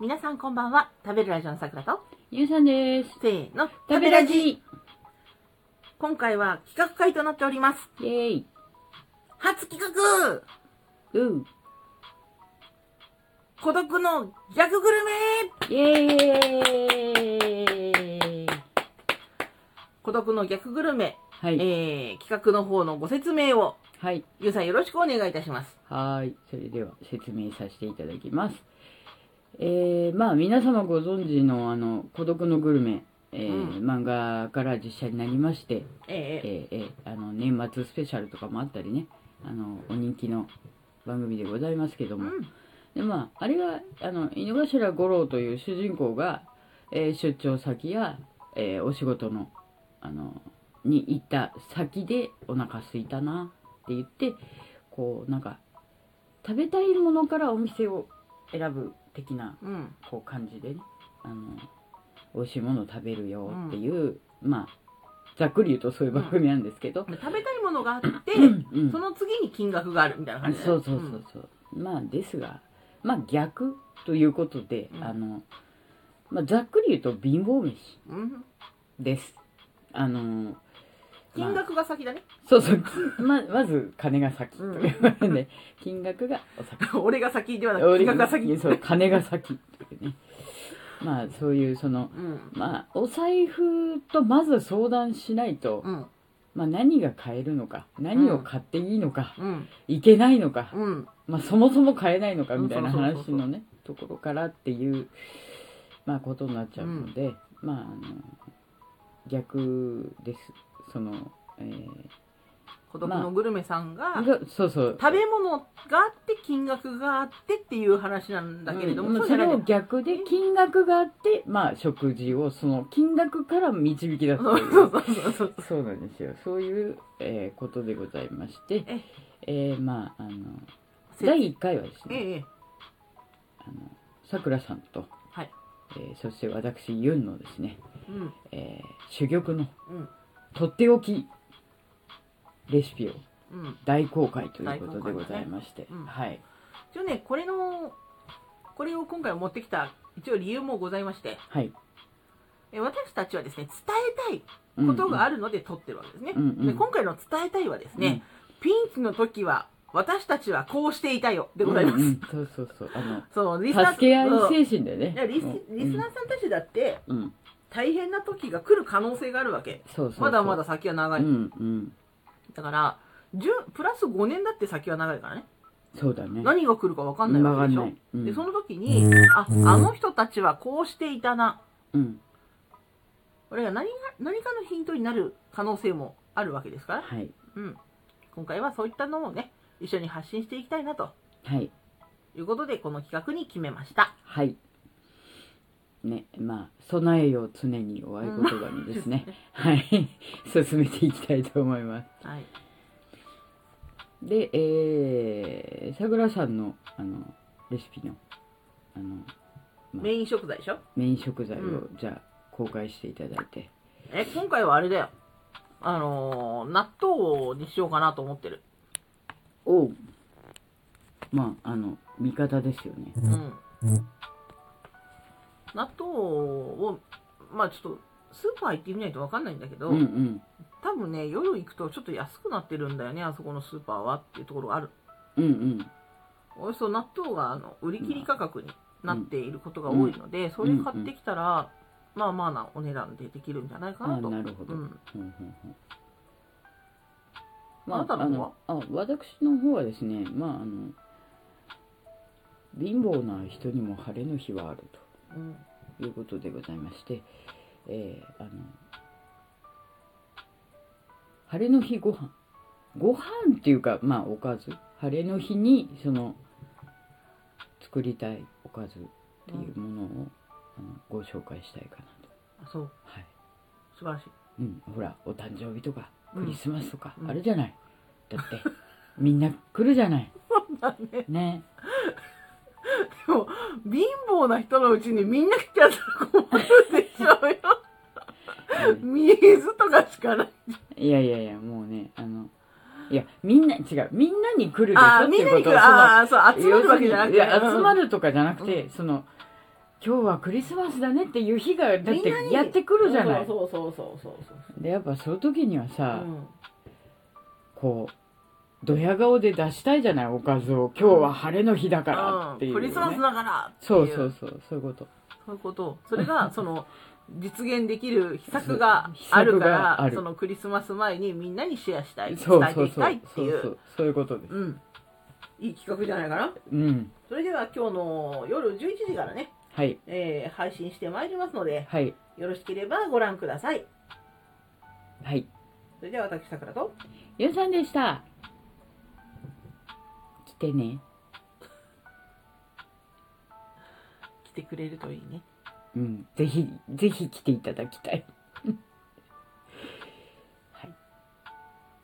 皆さんこんばんは。食べるラジオの桜と、ゆうさんです。せーの、食べラジ今回は企画会となっております。イェーイ初企画う孤独の逆グルメイェーイ孤独の逆グルメ、はい。えー、企画の方のご説明を、はい。ゆうさんよろしくお願いいたします。はーい。それでは説明させていただきます。えー、まあ皆様ご存知のあの、孤独のグルメ、えーう漫画から実写になりまして、えー、えーえーあの、年末スペシャルとかもあったりね、あの、お人気の番組でございますけどうん。も、でまあ、あれはあの井の頭五郎という主人公が、えー出張先や、えーお仕事のあのに行った先でお腹空いたなって言ってこうなんか食べたいものからお店を選ぶ的なうん。こう感じでねあの美味しいものを食べるよっていう、まあざっくり言うとそういう番組なんですけど、食べたいものがあって、うんその次に金額があるみたいな感じだそようねそうそうそう、まあですがまあ逆ということで、うんあの、まあ、ざっくり言うと貧乏飯うん。うんですあの金まあ額が先だね。 そうそうきままず金が先とうんいうことで、金額がお先俺が先ではなく、 金額が先。そう金が先というねまあそういうそのうん。まあお財布とまず相談しないと、うん。まあ、何が買えるのか何を買っていいのか、うん。いけないのか、うん。まあ、そもそも買えないのかみたいなうんそうそう話そうそうのねところからっていう、まあ、ことになっちゃうので、まああの逆ですその、え孤独のグルメさんが、ー、がそうそう食べ物があって金額があってっていう話なんだけれども、うんまそあうじそゃなれいを逆で金額があって、まあ、食事をその金額から導き出すというそうそうそうそうそうなんですよそういう、えーことでございましてえ、えーまああのせ第1回はですね、ええあのさくらさんと、はいえーそして私ユンのですねうんえー珠玉のうんとっておきレシピをうん大公開ということでございまして、大公開だねうんはい一応ねこれのこれを今回持ってきた一応理由もございましてはいえ私たちはですね伝えたいことがあるので撮ってるわけですね、うんうんで今回の「伝えたい」はですね、ピンチの時は私たちはこうしていたよででございます、そうそうそうあそうリスナーの助け合そうい精神だよいやねリスリスナーさんたちだってうん、うん大変な時が来る可能性があるわけそうそうそうまだまだ先は長い、うんうんだから10プラス5年だって先は長いからねそうだね何が来るか分かんないわわけかでしんなょい、うん、でその時にああの人たちはこうしていたなうん俺が何が何かのヒントになる可能性もあるわけですから、はいうん、今回はそういったのをね一緒に発信していきたいなとはいいうことでこの企画に決めましたはいねまあ備えよう常にお合言葉にですね、はい進めていきたいと思います はいで、えー、さくらさんのあのレシピのあのメイン食材でしょメイン食材を、うじゃあ公開していただいてえ今回はあれだよあのー納豆にしようかなと思ってるおうまああの味方ですよねうん納豆をまあちょっとスーパー行ってみないと分かんないんだけど、うんうん多分ね夜行くとちょっと安くなってるんだよねあそこのスーパーはっていうところがあるうんうんおよそ納豆があの売り切り価格になっていることが多いので、それ買ってきたら、まあまあなお値段でできるんじゃないかなあとなるほど、ううんん、うんうんあなたの方はあのあ私の方はですねまああの貧乏な人にも晴れの日はあるとうんということでございまして、えーあの晴れの日ご飯ご飯っていうかまあおかず晴れの日にその作りたいおかずっていうものを、あのご紹介したいかなと、あそうはい素晴らしいうん、ほらお誕生日とかクリスマスとか、うんあれじゃないだってみんな来るじゃないねでも 貧乏な人のうちにみんな来ちゃったら困るでしょうようん水とかしかないいやいやいやもうねあのいやみんな違うみんなに来るでしあょーってみんいうなこに来るとをそのああそう集まるわけじゃなくて要するにいや集まるるとかじゃなくて、その今日はクリスマスだねっていう日がだっみんなてにやってくるじゃないそうそうそうそうそうでやっぱそういう時にはそう、さ、うんこうドヤ顔で出したいじゃないおかずを今日は晴れの日だからっていうう、ん、ねクリスマスだからっていそうそうそうそういうことそういうことそれがその実現できる秘策があるか秘策があらるそのクリスマス前にみんなにシェアしたい伝そうえそていうきそたういってそいううそうそういうことですうんいい企画じゃないかなうんそれでは今日の夜11時からね、はいえー配信してまいりますのではいよろしければご覧くださいはいそれでは私さくらとゆうさんでした来てね来てくれるといいねうんぜひぜひ来ていただきたい